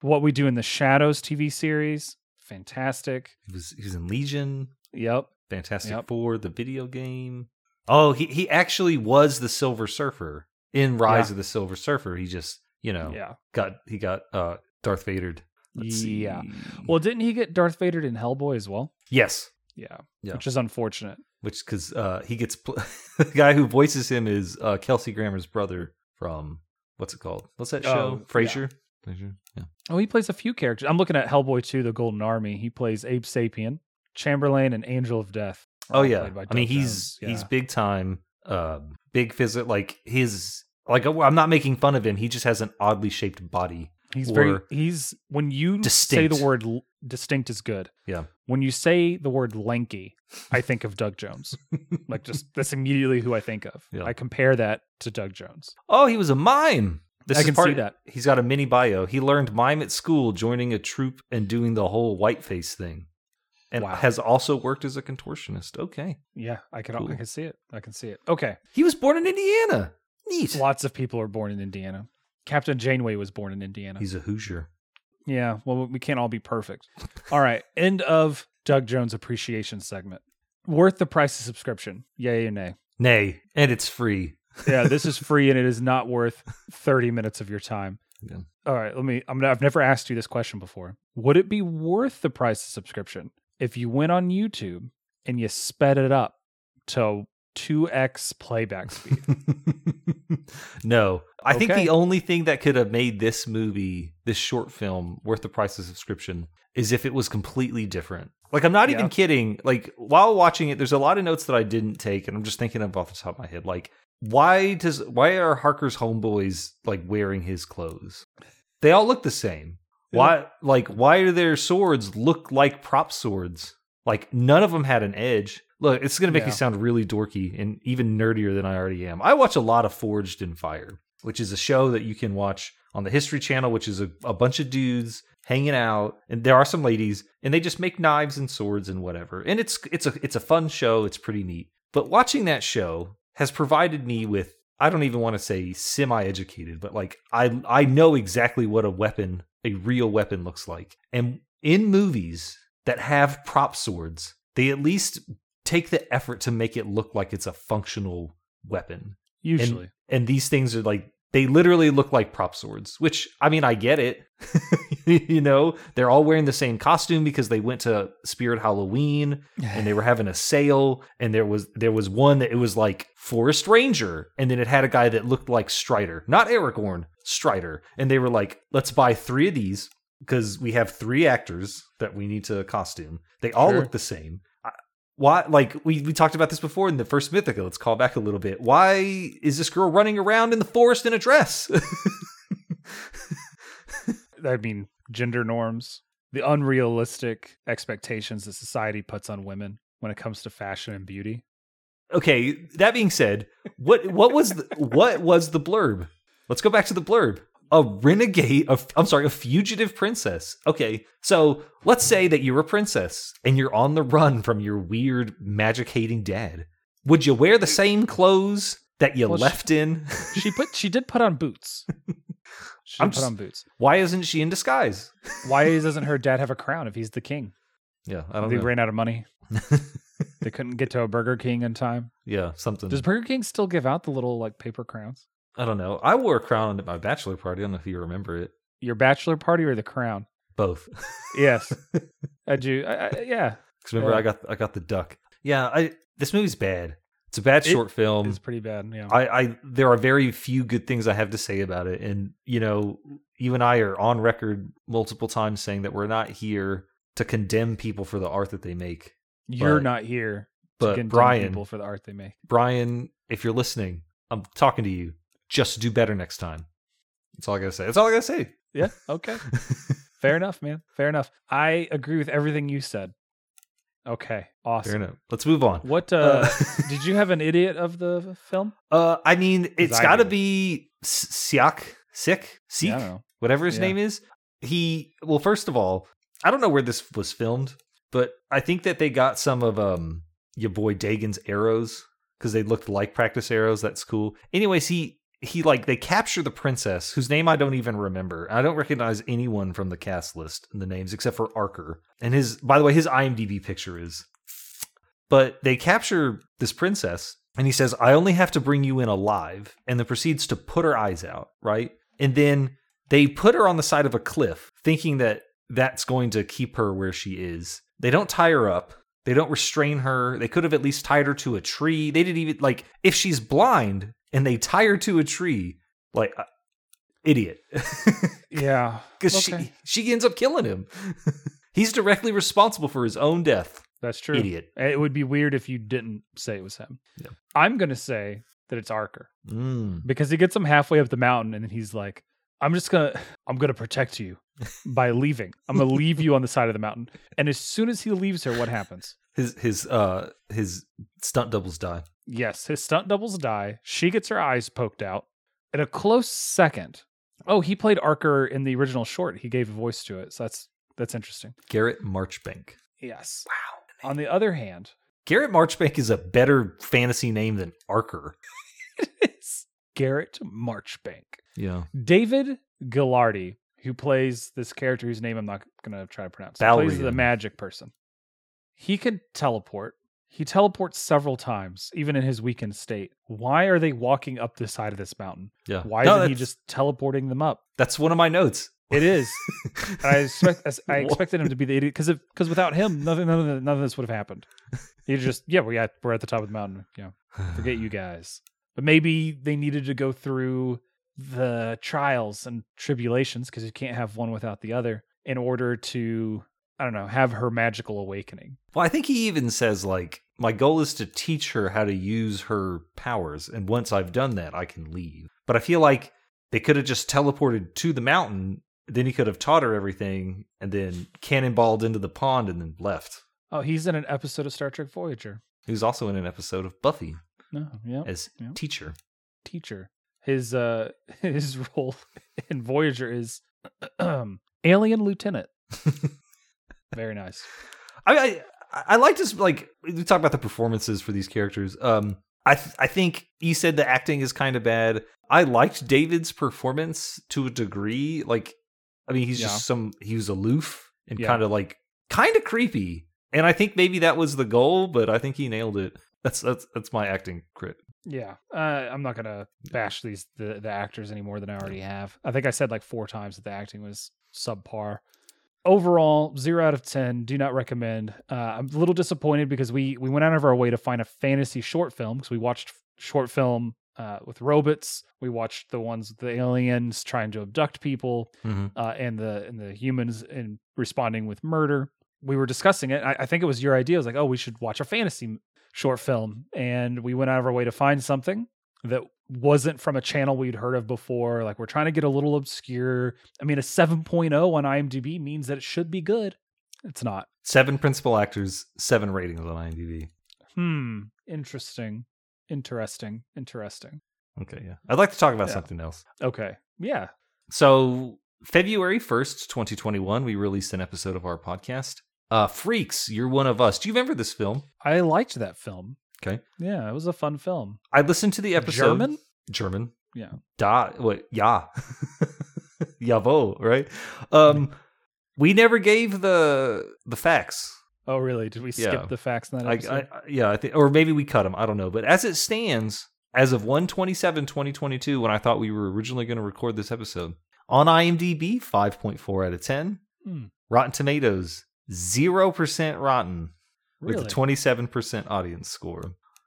Speaker 2: What We Do in the Shadows TV series, fantastic.
Speaker 3: He was he was in Legion,
Speaker 2: Yep.
Speaker 3: Fantastic
Speaker 2: Yep.
Speaker 3: Four, the video game. Oh, he he actually was the Silver Surfer in Rise
Speaker 2: Yeah.
Speaker 3: of the Silver Surfer. He just you know
Speaker 2: Yeah.
Speaker 3: got he got uh Darth Vadered.
Speaker 2: Yeah.
Speaker 3: Well,
Speaker 2: Well, didn't he get Darth Vader in Hellboy as well?
Speaker 3: yes,
Speaker 2: Yeah.
Speaker 3: Yeah.
Speaker 2: Which is unfortunate.
Speaker 3: which because uh, he gets pl- the guy who voices him is uh, Kelsey Grammer's brother from what's it called? What's that
Speaker 2: Oh,
Speaker 3: show?
Speaker 2: yeah.
Speaker 3: Frasier. Frasier. Yeah.
Speaker 2: Oh, he plays a few characters. I'm looking at Hellboy 2, The Golden Army. He plays Abe Sapien, Chamberlain, and Angel of Death. are
Speaker 3: Oh
Speaker 2: all
Speaker 3: yeah.
Speaker 2: played by
Speaker 3: I mean
Speaker 2: Doug
Speaker 3: he's
Speaker 2: Jones. Yeah.
Speaker 3: he's big time, uh, big physical. Like his like I'm not making fun of him. He just has an oddly shaped body.
Speaker 2: He's very
Speaker 3: or
Speaker 2: he's when you say
Speaker 3: distinct.
Speaker 2: the word l- distinct is good.
Speaker 3: Yeah.
Speaker 2: When you say the word lanky, I think of Doug Jones. like just that's immediately who I think of.
Speaker 3: Yeah.
Speaker 2: I compare that to Doug Jones.
Speaker 3: Oh, he was a mime. This
Speaker 2: I
Speaker 3: is
Speaker 2: can
Speaker 3: part,
Speaker 2: see that.
Speaker 3: He's got a mini bio. He learned mime at school, joining a troupe and doing the whole whiteface thing. And
Speaker 2: Wow.
Speaker 3: has also worked as a contortionist. Okay.
Speaker 2: Yeah, I can
Speaker 3: Cool.
Speaker 2: I can see it. I can see it. Okay.
Speaker 3: He was born in Indiana. Neat.
Speaker 2: Lots of people are born in Indiana. Captain Janeway was born in Indiana.
Speaker 3: He's a Hoosier.
Speaker 2: yeah, well we can't all be perfect. All right, end of Doug Jones appreciation segment. Worth the price of subscription. Yay or nay.
Speaker 3: Nay. And it's free.
Speaker 2: Yeah, this is free and it is not worth 30 minutes of your time.
Speaker 3: Yeah.
Speaker 2: All right, let me I'm not- I've never asked you this question before. Would it be worth the price of subscription if you went on YouTube and you sped it up to 2x playback speed?
Speaker 3: no. I think
Speaker 2: Okay.
Speaker 3: the only thing that could have made this movie, this short film, worth the price of subscription is if it was completely different. Like, I'm not
Speaker 2: Yeah.
Speaker 3: even kidding. Like, while watching it, there's a lot of notes that I didn't take, and I'm just thinking of off the top of my head. Like, why does why are Harker's homeboys like wearing his clothes? They all look the same. Why like why do their swords look like prop swords? Like none of them had an edge. Look, it's gonna make
Speaker 2: Yeah.
Speaker 3: me sound really dorky and even nerdier than I already am. I watch a lot of Forged in Fire, which is a show that you can watch on the History Channel, which is a, a bunch of dudes hanging out, and there are some ladies, and they just make knives and swords and whatever. And it's it's a it's a fun show. It's pretty neat. But watching that show has provided me with I don't even want to say semi-educated, but like I I know exactly what a weapon, a real weapon looks like. And in movies that have prop swords, they at least take the effort to make it look like it's a functional weapon.
Speaker 2: Usually.
Speaker 3: And these things are like they literally look like prop swords, which I mean I get it. you know, they're all wearing the same costume because they went to Spirit Halloween and they were having a sale and there was there was one that it was like forest ranger and then it had a guy that looked like strider not aragorn strider and they were like let's buy three of these because we have three actors that we need to costume they all
Speaker 2: Sure.
Speaker 3: look the same I- why like we, we talked about this before in the first mythica let's call back a little bit why is this girl running around in the forest in a dress
Speaker 2: I mean, gender norms, the unrealistic expectations that society puts on women when it comes to fashion and beauty.
Speaker 3: okay that being said what what was the, what was the blurb let's go back to the blurb a renegade, i I'm sorry, a fugitive princess. Okay, so let's say that you're a princess and you're on the run from your weird magic hating dad. Would you wear the same clothes that you
Speaker 2: Well, she-
Speaker 3: left in?
Speaker 2: She put she did put on boots. She did
Speaker 3: I'm
Speaker 2: put
Speaker 3: just-
Speaker 2: on boots.
Speaker 3: Why isn't she in disguise?
Speaker 2: Why doesn't her dad have a crown if he's the king?
Speaker 3: Yeah, I don't
Speaker 2: They
Speaker 3: know.
Speaker 2: ran out of money. they couldn't get to a Burger King in time.
Speaker 3: yeah, something.
Speaker 2: Does Burger King still give out the little like paper crowns?
Speaker 3: I don't know. I wore a crown at my bachelor party. I don't know if you remember it.
Speaker 2: Your bachelor party or the crown?
Speaker 3: Both.
Speaker 2: Yes. I do. I, I, yeah,
Speaker 3: Because remember,
Speaker 2: Yeah.
Speaker 3: I got I got the duck. Yeah, I this movie's bad. It's a bad
Speaker 2: It
Speaker 3: short film.
Speaker 2: it's pretty bad. Yeah.
Speaker 3: Um, I, I there are very few good things I have to say about it, and you know, you and I are on record multiple times saying that we're not here to condemn people for the art that they make.
Speaker 2: You're
Speaker 3: but-
Speaker 2: not here to
Speaker 3: But
Speaker 2: condemn
Speaker 3: Brian,
Speaker 2: people for the art they make.
Speaker 3: Brian, if you're listening, I'm talking to you. Just do better next time. That's all I gotta say. That's all I gotta say.
Speaker 2: Yeah. Okay. Fair enough, man. Fair enough. I agree with everything you said. Okay.
Speaker 3: Fair
Speaker 2: Awesome.
Speaker 3: enough. Let's move on.
Speaker 2: What uh, did you have an idiot of the film?
Speaker 3: Uh, I mean, it's
Speaker 2: I
Speaker 3: got to
Speaker 2: do.
Speaker 3: be S- Siak, Sick, Seek,
Speaker 2: I don't know.
Speaker 3: whatever his
Speaker 2: Yeah.
Speaker 3: name is. He well, first of all, I don't know where this was filmed, but I think that they got some of um your boy Dagon's arrows because they looked like practice arrows. That's cool. Anyways, he he like they capture the princess whose name I don't even remember. I don't recognize anyone from the cast list in the names except for Arker. And his by the way, his IMDb picture is but they capture this princess, and he says, I only have to bring you in alive, and then proceeds to put her eyes out, right? And then they put her on the side of a cliff, thinking that that's going to keep her where she is. They don't tie her up. They don't restrain her. They could have at least tied her to a tree. They didn't even, like, if she's blind and they tie her to a tree, like, uh, idiot.
Speaker 2: Yeah.
Speaker 3: Because
Speaker 2: Okay.
Speaker 3: she, she ends up killing him. He's directly responsible for his own death.
Speaker 2: That's true.
Speaker 3: Idiot.
Speaker 2: It would be weird if you didn't say it was him.
Speaker 3: Yeah.
Speaker 2: I'm gonna say that it's Arker
Speaker 3: Mm.
Speaker 2: because he gets him halfway up the mountain and then he's like, "I'm just gonna, I'm gonna protect you by leaving. I'm gonna leave you on the side of the mountain." And as soon as he leaves her, what happens?
Speaker 3: his his uh his stunt doubles die.
Speaker 2: Yes, his stunt doubles die. She gets her eyes poked out. In a close second, oh, he played Arker in the original short. He gave a voice to it, so that's that's interesting.
Speaker 3: Garrett Marchbank.
Speaker 2: Yes.
Speaker 3: Wow.
Speaker 2: On the other hand,
Speaker 3: Garrett Marchbank is a better fantasy name than Arker.
Speaker 2: it's Garrett Marchbank.
Speaker 3: Yeah.
Speaker 2: David Gillardi, who plays this character whose name I'm not going to try to pronounce. He plays the
Speaker 3: Balrian.
Speaker 2: magic person. He can teleport. He teleports several times, even in his weakened state. Why are they walking up the side of this mountain?
Speaker 3: Yeah.
Speaker 2: Why
Speaker 3: No,
Speaker 2: isn't he
Speaker 3: that's-
Speaker 2: just teleporting them up?
Speaker 3: That's one of my notes.
Speaker 2: It is. I expect. I
Speaker 3: What?
Speaker 2: expected him to be the idiot because because without him, nothing, none of, none of this would have happened. He just yeah, we got we're at the top of the mountain. Yeah, forget you guys. But maybe they needed to go through the trials and tribulations because you can't have one without the other in order to I don't know have her magical awakening.
Speaker 3: Well, I think he even says like my goal is to teach her how to use her powers and once I've done that I can leave. But I feel like they could have just teleported to the mountain, then he could have taught her everything and then cannonballed into the pond and then left.
Speaker 2: Oh, he's in an episode of Star Trek Voyager.
Speaker 3: He was also in an episode of Buffy
Speaker 2: No, yeah,
Speaker 3: as
Speaker 2: Yeah.
Speaker 3: teacher.
Speaker 2: teacher. His uh his role in Voyager is alien lieutenant. Very nice.
Speaker 3: I, I I like this. Like we talk about the performances for these characters. Um, I th- I think you said the acting is kind of bad. I liked David's performance to a degree. Like, I mean, he's
Speaker 2: Yeah.
Speaker 3: just some. He was aloof and
Speaker 2: Yeah.
Speaker 3: kind of like kind of creepy. And I think maybe that was the goal, but I think he nailed it. That's that's that's my acting crit.
Speaker 2: Yeah, uh, I'm not gonna bash these the, the actors any more than I already have. I think I said like four times that the acting was subpar. Overall, zero out of ten. Do not recommend. Uh, I'm a little disappointed because we we went out of our way to find a fantasy short film because we watched f- short film uh, with robots. We watched the ones with the aliens trying to abduct people uh, and the and the humans and responding with murder. We were discussing it. I, I think it was your idea. I was like, oh, we should watch a fantasy m- short film, and we went out of our way to find something that wasn't from a channel we'd heard of before. Like we're trying to get a little obscure. I mean, a 7.0 on IMDb means that it should be good. It's not.
Speaker 3: Seven principal actors, seven ratings on IMDb.
Speaker 2: Hmm. Interesting. Interesting. Interesting.
Speaker 3: Okay, yeah. I'd like to talk about
Speaker 2: Yeah.
Speaker 3: something else.
Speaker 2: Okay. Yeah.
Speaker 3: So February 1st, 2021, we released an episode of our podcast. Uh, Freaks, You're One of Us. Do you remember this film?
Speaker 2: I liked that film.
Speaker 3: Okay.
Speaker 2: Yeah, it was a fun film.
Speaker 3: I listened to the episode.
Speaker 2: German?
Speaker 3: German.
Speaker 2: Yeah.
Speaker 3: Da what ja. Javo, right? Um we never gave the the facts.
Speaker 2: Oh, really? Did we skip
Speaker 3: Yeah.
Speaker 2: the facts in that
Speaker 3: I,
Speaker 2: episode?
Speaker 3: I yeah, I think or maybe we cut them, I don't know, but as it stands as of 127 2022 when I thought we were originally going to record this episode on IMDb 5.4 out of 10.
Speaker 2: Hmm.
Speaker 3: Rotten Tomatoes 0% rotten
Speaker 2: really?
Speaker 3: with a 27% audience score.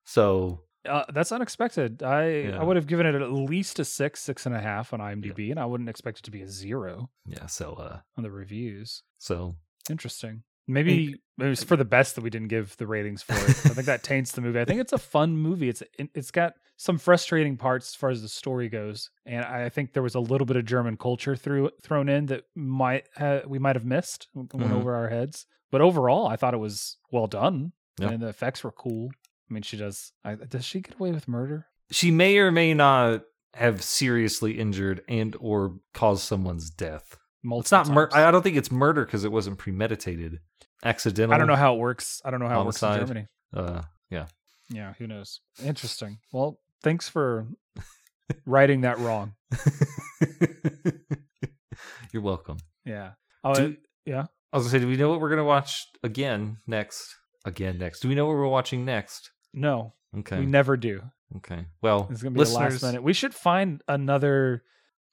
Speaker 3: So
Speaker 2: uh, that's unexpected. I
Speaker 3: Yeah.
Speaker 2: I would have given it at least a six, six and a half on IMDb, and I wouldn't expect it to be a zero
Speaker 3: yeah, so uh
Speaker 2: on the reviews.
Speaker 3: so
Speaker 2: Interesting. Maybe it was for the best that we didn't give the ratings for it. I think that taints the movie. I think it's a fun movie. It's it's got some frustrating parts as far as the story goes, and I think there was a little bit of German culture through thrown in that might ha- we might have missed went
Speaker 3: Mhm.
Speaker 2: over our heads. But overall, I thought it was well done,
Speaker 3: Yeah.
Speaker 2: and the effects were cool. I mean, she does. I, does she get away with murder?
Speaker 3: she may or may not have seriously injured and or caused someone's death. It's
Speaker 2: Multiple
Speaker 3: not mur-
Speaker 2: times.
Speaker 3: I don't think it's murder because it wasn't premeditated. Accidental.
Speaker 2: I don't know how it works. I don't know how it works in
Speaker 3: Homicide.
Speaker 2: Germany.
Speaker 3: Uh,
Speaker 2: Yeah, who knows? Interesting. Well, thanks for writing that wrong.
Speaker 3: uh, you're welcome.
Speaker 2: Yeah. Oh,
Speaker 3: Do-
Speaker 2: and- yeah.
Speaker 3: I was gonna say, do we know what we're gonna watch again next? Again next. Do we know what we're watching next?
Speaker 2: no,
Speaker 3: Okay.
Speaker 2: we never do.
Speaker 3: okay. Well,
Speaker 2: It's gonna be
Speaker 3: listeners,
Speaker 2: the last minute. We should find another.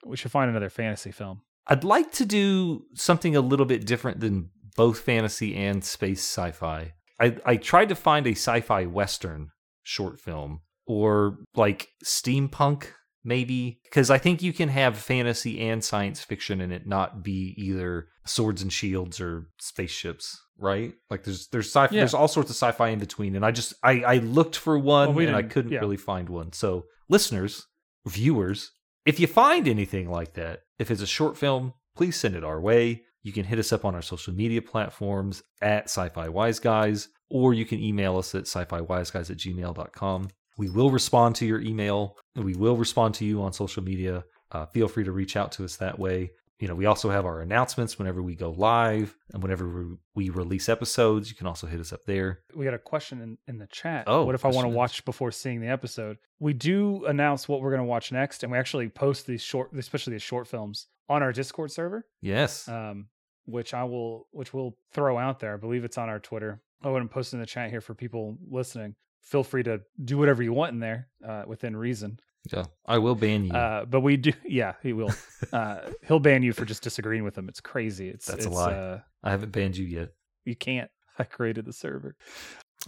Speaker 2: We should find another fantasy film.
Speaker 3: I'd like to do something a little bit different than both fantasy and space sci-fi. I, I tried to find a sci-fi western short film or like steampunk maybe because I think you can have fantasy and science fiction and it not be either swords and shields or spaceships, right? Like there's there's sci
Speaker 2: Yeah.
Speaker 3: there's all sorts of sci-fi in between and I just I I looked for one
Speaker 2: Well, we
Speaker 3: and I
Speaker 2: didn't-
Speaker 3: couldn't
Speaker 2: yeah.
Speaker 3: really find one. So listeners, viewers, if you find anything like that, if it's a short film, please send it our way. You can hit us up on our social media platforms at sci fi wise guys, or you can email us at sci fi wise guys at gmail.com. We will respond to your email. and We will respond to you on social media. Uh, feel free to reach out to us that way. You know, we also have our announcements whenever we go live and whenever we- we release episodes. You can also hit us up there.
Speaker 2: We got a question in, in the chat.
Speaker 3: Oh,
Speaker 2: what if I want to
Speaker 3: questions.
Speaker 2: watch before seeing the episode? We do announce what we're going to watch next, and we actually post these short, especially these short films, on our Discord server.
Speaker 3: Yes.
Speaker 2: um, which I will, which we'll throw out there. I believe it's on our Twitter. Oh, and I'm posting in the chat here for people listening. Feel free to do whatever you want in there, uh, within reason.
Speaker 3: yeah. I will ban you.
Speaker 2: Uh, but we do, yeah, he will. Uh, he'll ban you for just disagreeing with him. It's crazy. It's
Speaker 3: That's a
Speaker 2: it's,
Speaker 3: lie.
Speaker 2: Uh,
Speaker 3: I haven't banned you yet.
Speaker 2: you can't. I created the server.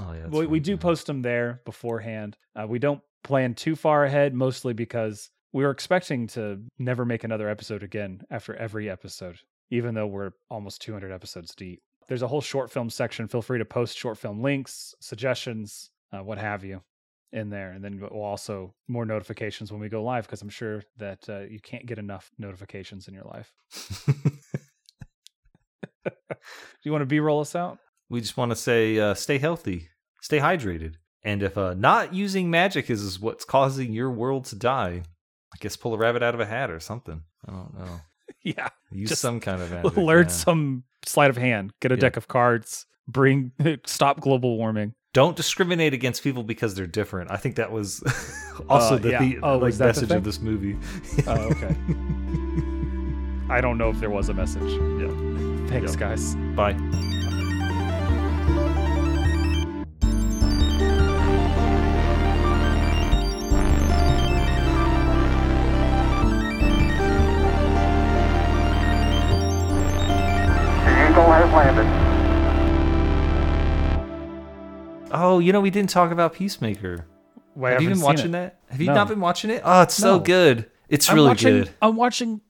Speaker 3: Oh, yeah. that's
Speaker 2: We, we
Speaker 3: right.
Speaker 2: do post them there beforehand. Uh, we don't plan too far ahead, mostly because we were expecting to never make another episode again after every episode, even though we're almost 200 episodes deep. There's a whole short film section. Feel free to post short film links, suggestions, uh, what have you, in there. And then we'll also more notifications when we go live because I'm sure that uh, you can't get enough notifications in your life. Do you want to B roll us out?
Speaker 3: We just want to say uh, stay healthy, stay hydrated. And if uh, not using magic is, is what's causing your world to die, I guess pull a rabbit out of a hat or something. I don't know.
Speaker 2: Yeah.
Speaker 3: Use
Speaker 2: Just
Speaker 3: some kind of magic.
Speaker 2: learn
Speaker 3: yeah.
Speaker 2: some sleight of hand get a
Speaker 3: Yeah.
Speaker 2: deck of cards bring stop global warming
Speaker 3: Don't discriminate against people because they're different. I think that was also
Speaker 2: Uh,
Speaker 3: the,
Speaker 2: yeah.
Speaker 3: the
Speaker 2: Oh,
Speaker 3: like,
Speaker 2: was that the
Speaker 3: message
Speaker 2: thing?
Speaker 3: of this movie.
Speaker 2: oh okay i don't know if there was a message yeah thanks
Speaker 3: Yeah.
Speaker 2: guys
Speaker 3: Bye.
Speaker 1: The Eagle has landed.
Speaker 3: Oh, you know, we didn't talk about Peacemaker.
Speaker 2: Why
Speaker 3: Have you
Speaker 2: haven't
Speaker 3: been
Speaker 2: seen
Speaker 3: watching
Speaker 2: it.
Speaker 3: that? Have you
Speaker 2: No.
Speaker 3: not been watching it? Oh, it's
Speaker 2: No.
Speaker 3: so good. It's
Speaker 2: I'm
Speaker 3: really
Speaker 2: watching,
Speaker 3: good.
Speaker 2: i'm watching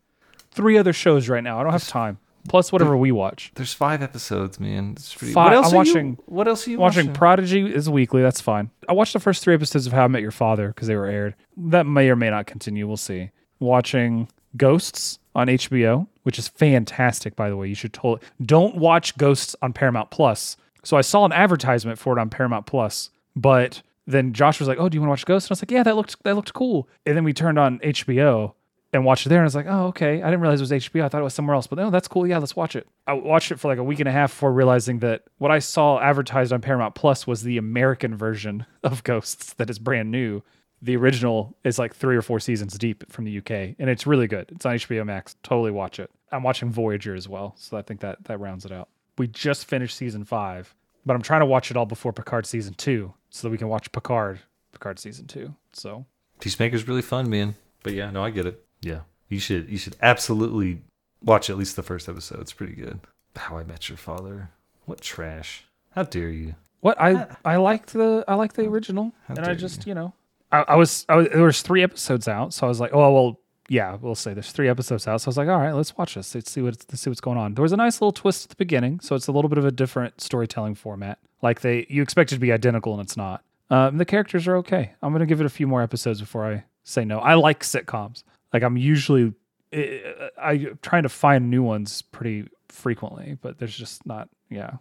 Speaker 2: three other shows right now i don't have time plus whatever we watch
Speaker 3: There's five episodes, man. It's pretty.
Speaker 2: Fi-
Speaker 3: what else
Speaker 2: I'm
Speaker 3: are
Speaker 2: watching-
Speaker 3: You, what else are you
Speaker 2: watching
Speaker 3: watching?
Speaker 2: prodigy is weekly that's fine i watched the first three episodes of how i met your father because they were aired that may or may not continue we'll see watching ghosts on hbo which is fantastic by the way you should totally don't watch ghosts on paramount plus so i saw an advertisement for it on paramount plus but then josh was like oh do you want to watch ghosts and i was like yeah that looked that looked cool and then we turned on hbo and watched it there. And I was like, oh, okay. I didn't realize it was HBO. I thought it was somewhere else. But no, that's cool. Yeah, let's watch it. I watched it for like a week and a half before realizing that what I saw advertised on Paramount Plus was the American version of Ghosts that is brand new. The original is like three or four seasons deep from the UK, and it's really good. It's on HBO Max. Totally watch it. I'm watching Voyager as well, so I think that that rounds it out. We just finished season five, but I'm trying to watch it all before Picard season two, so that we can watch Picard, Picard season two. So
Speaker 3: Peacemaker's really fun, man. But yeah, no, I get it. Yeah, you should you should absolutely watch at least the first episode. It's pretty good. How I Met Your Father. What trash? How dare you?
Speaker 2: What I I liked the I liked the original,
Speaker 3: How
Speaker 2: and I
Speaker 3: dare
Speaker 2: just you know I, I was I was there was three episodes out, so I was like, oh well, yeah, we'll say there's three episodes out, so I was like, all right, let's watch this, let's see what let's see what's going on. There was a nice little twist at the beginning, so it's a little bit of a different storytelling format. Like they you expect it to be identical, and it's not. Um, the characters are okay. I'm gonna give it a few more episodes before I say no. I like sitcoms. Like I'm usually eh, I, I I'm trying to find new ones pretty frequently, but there's just not. Yeah,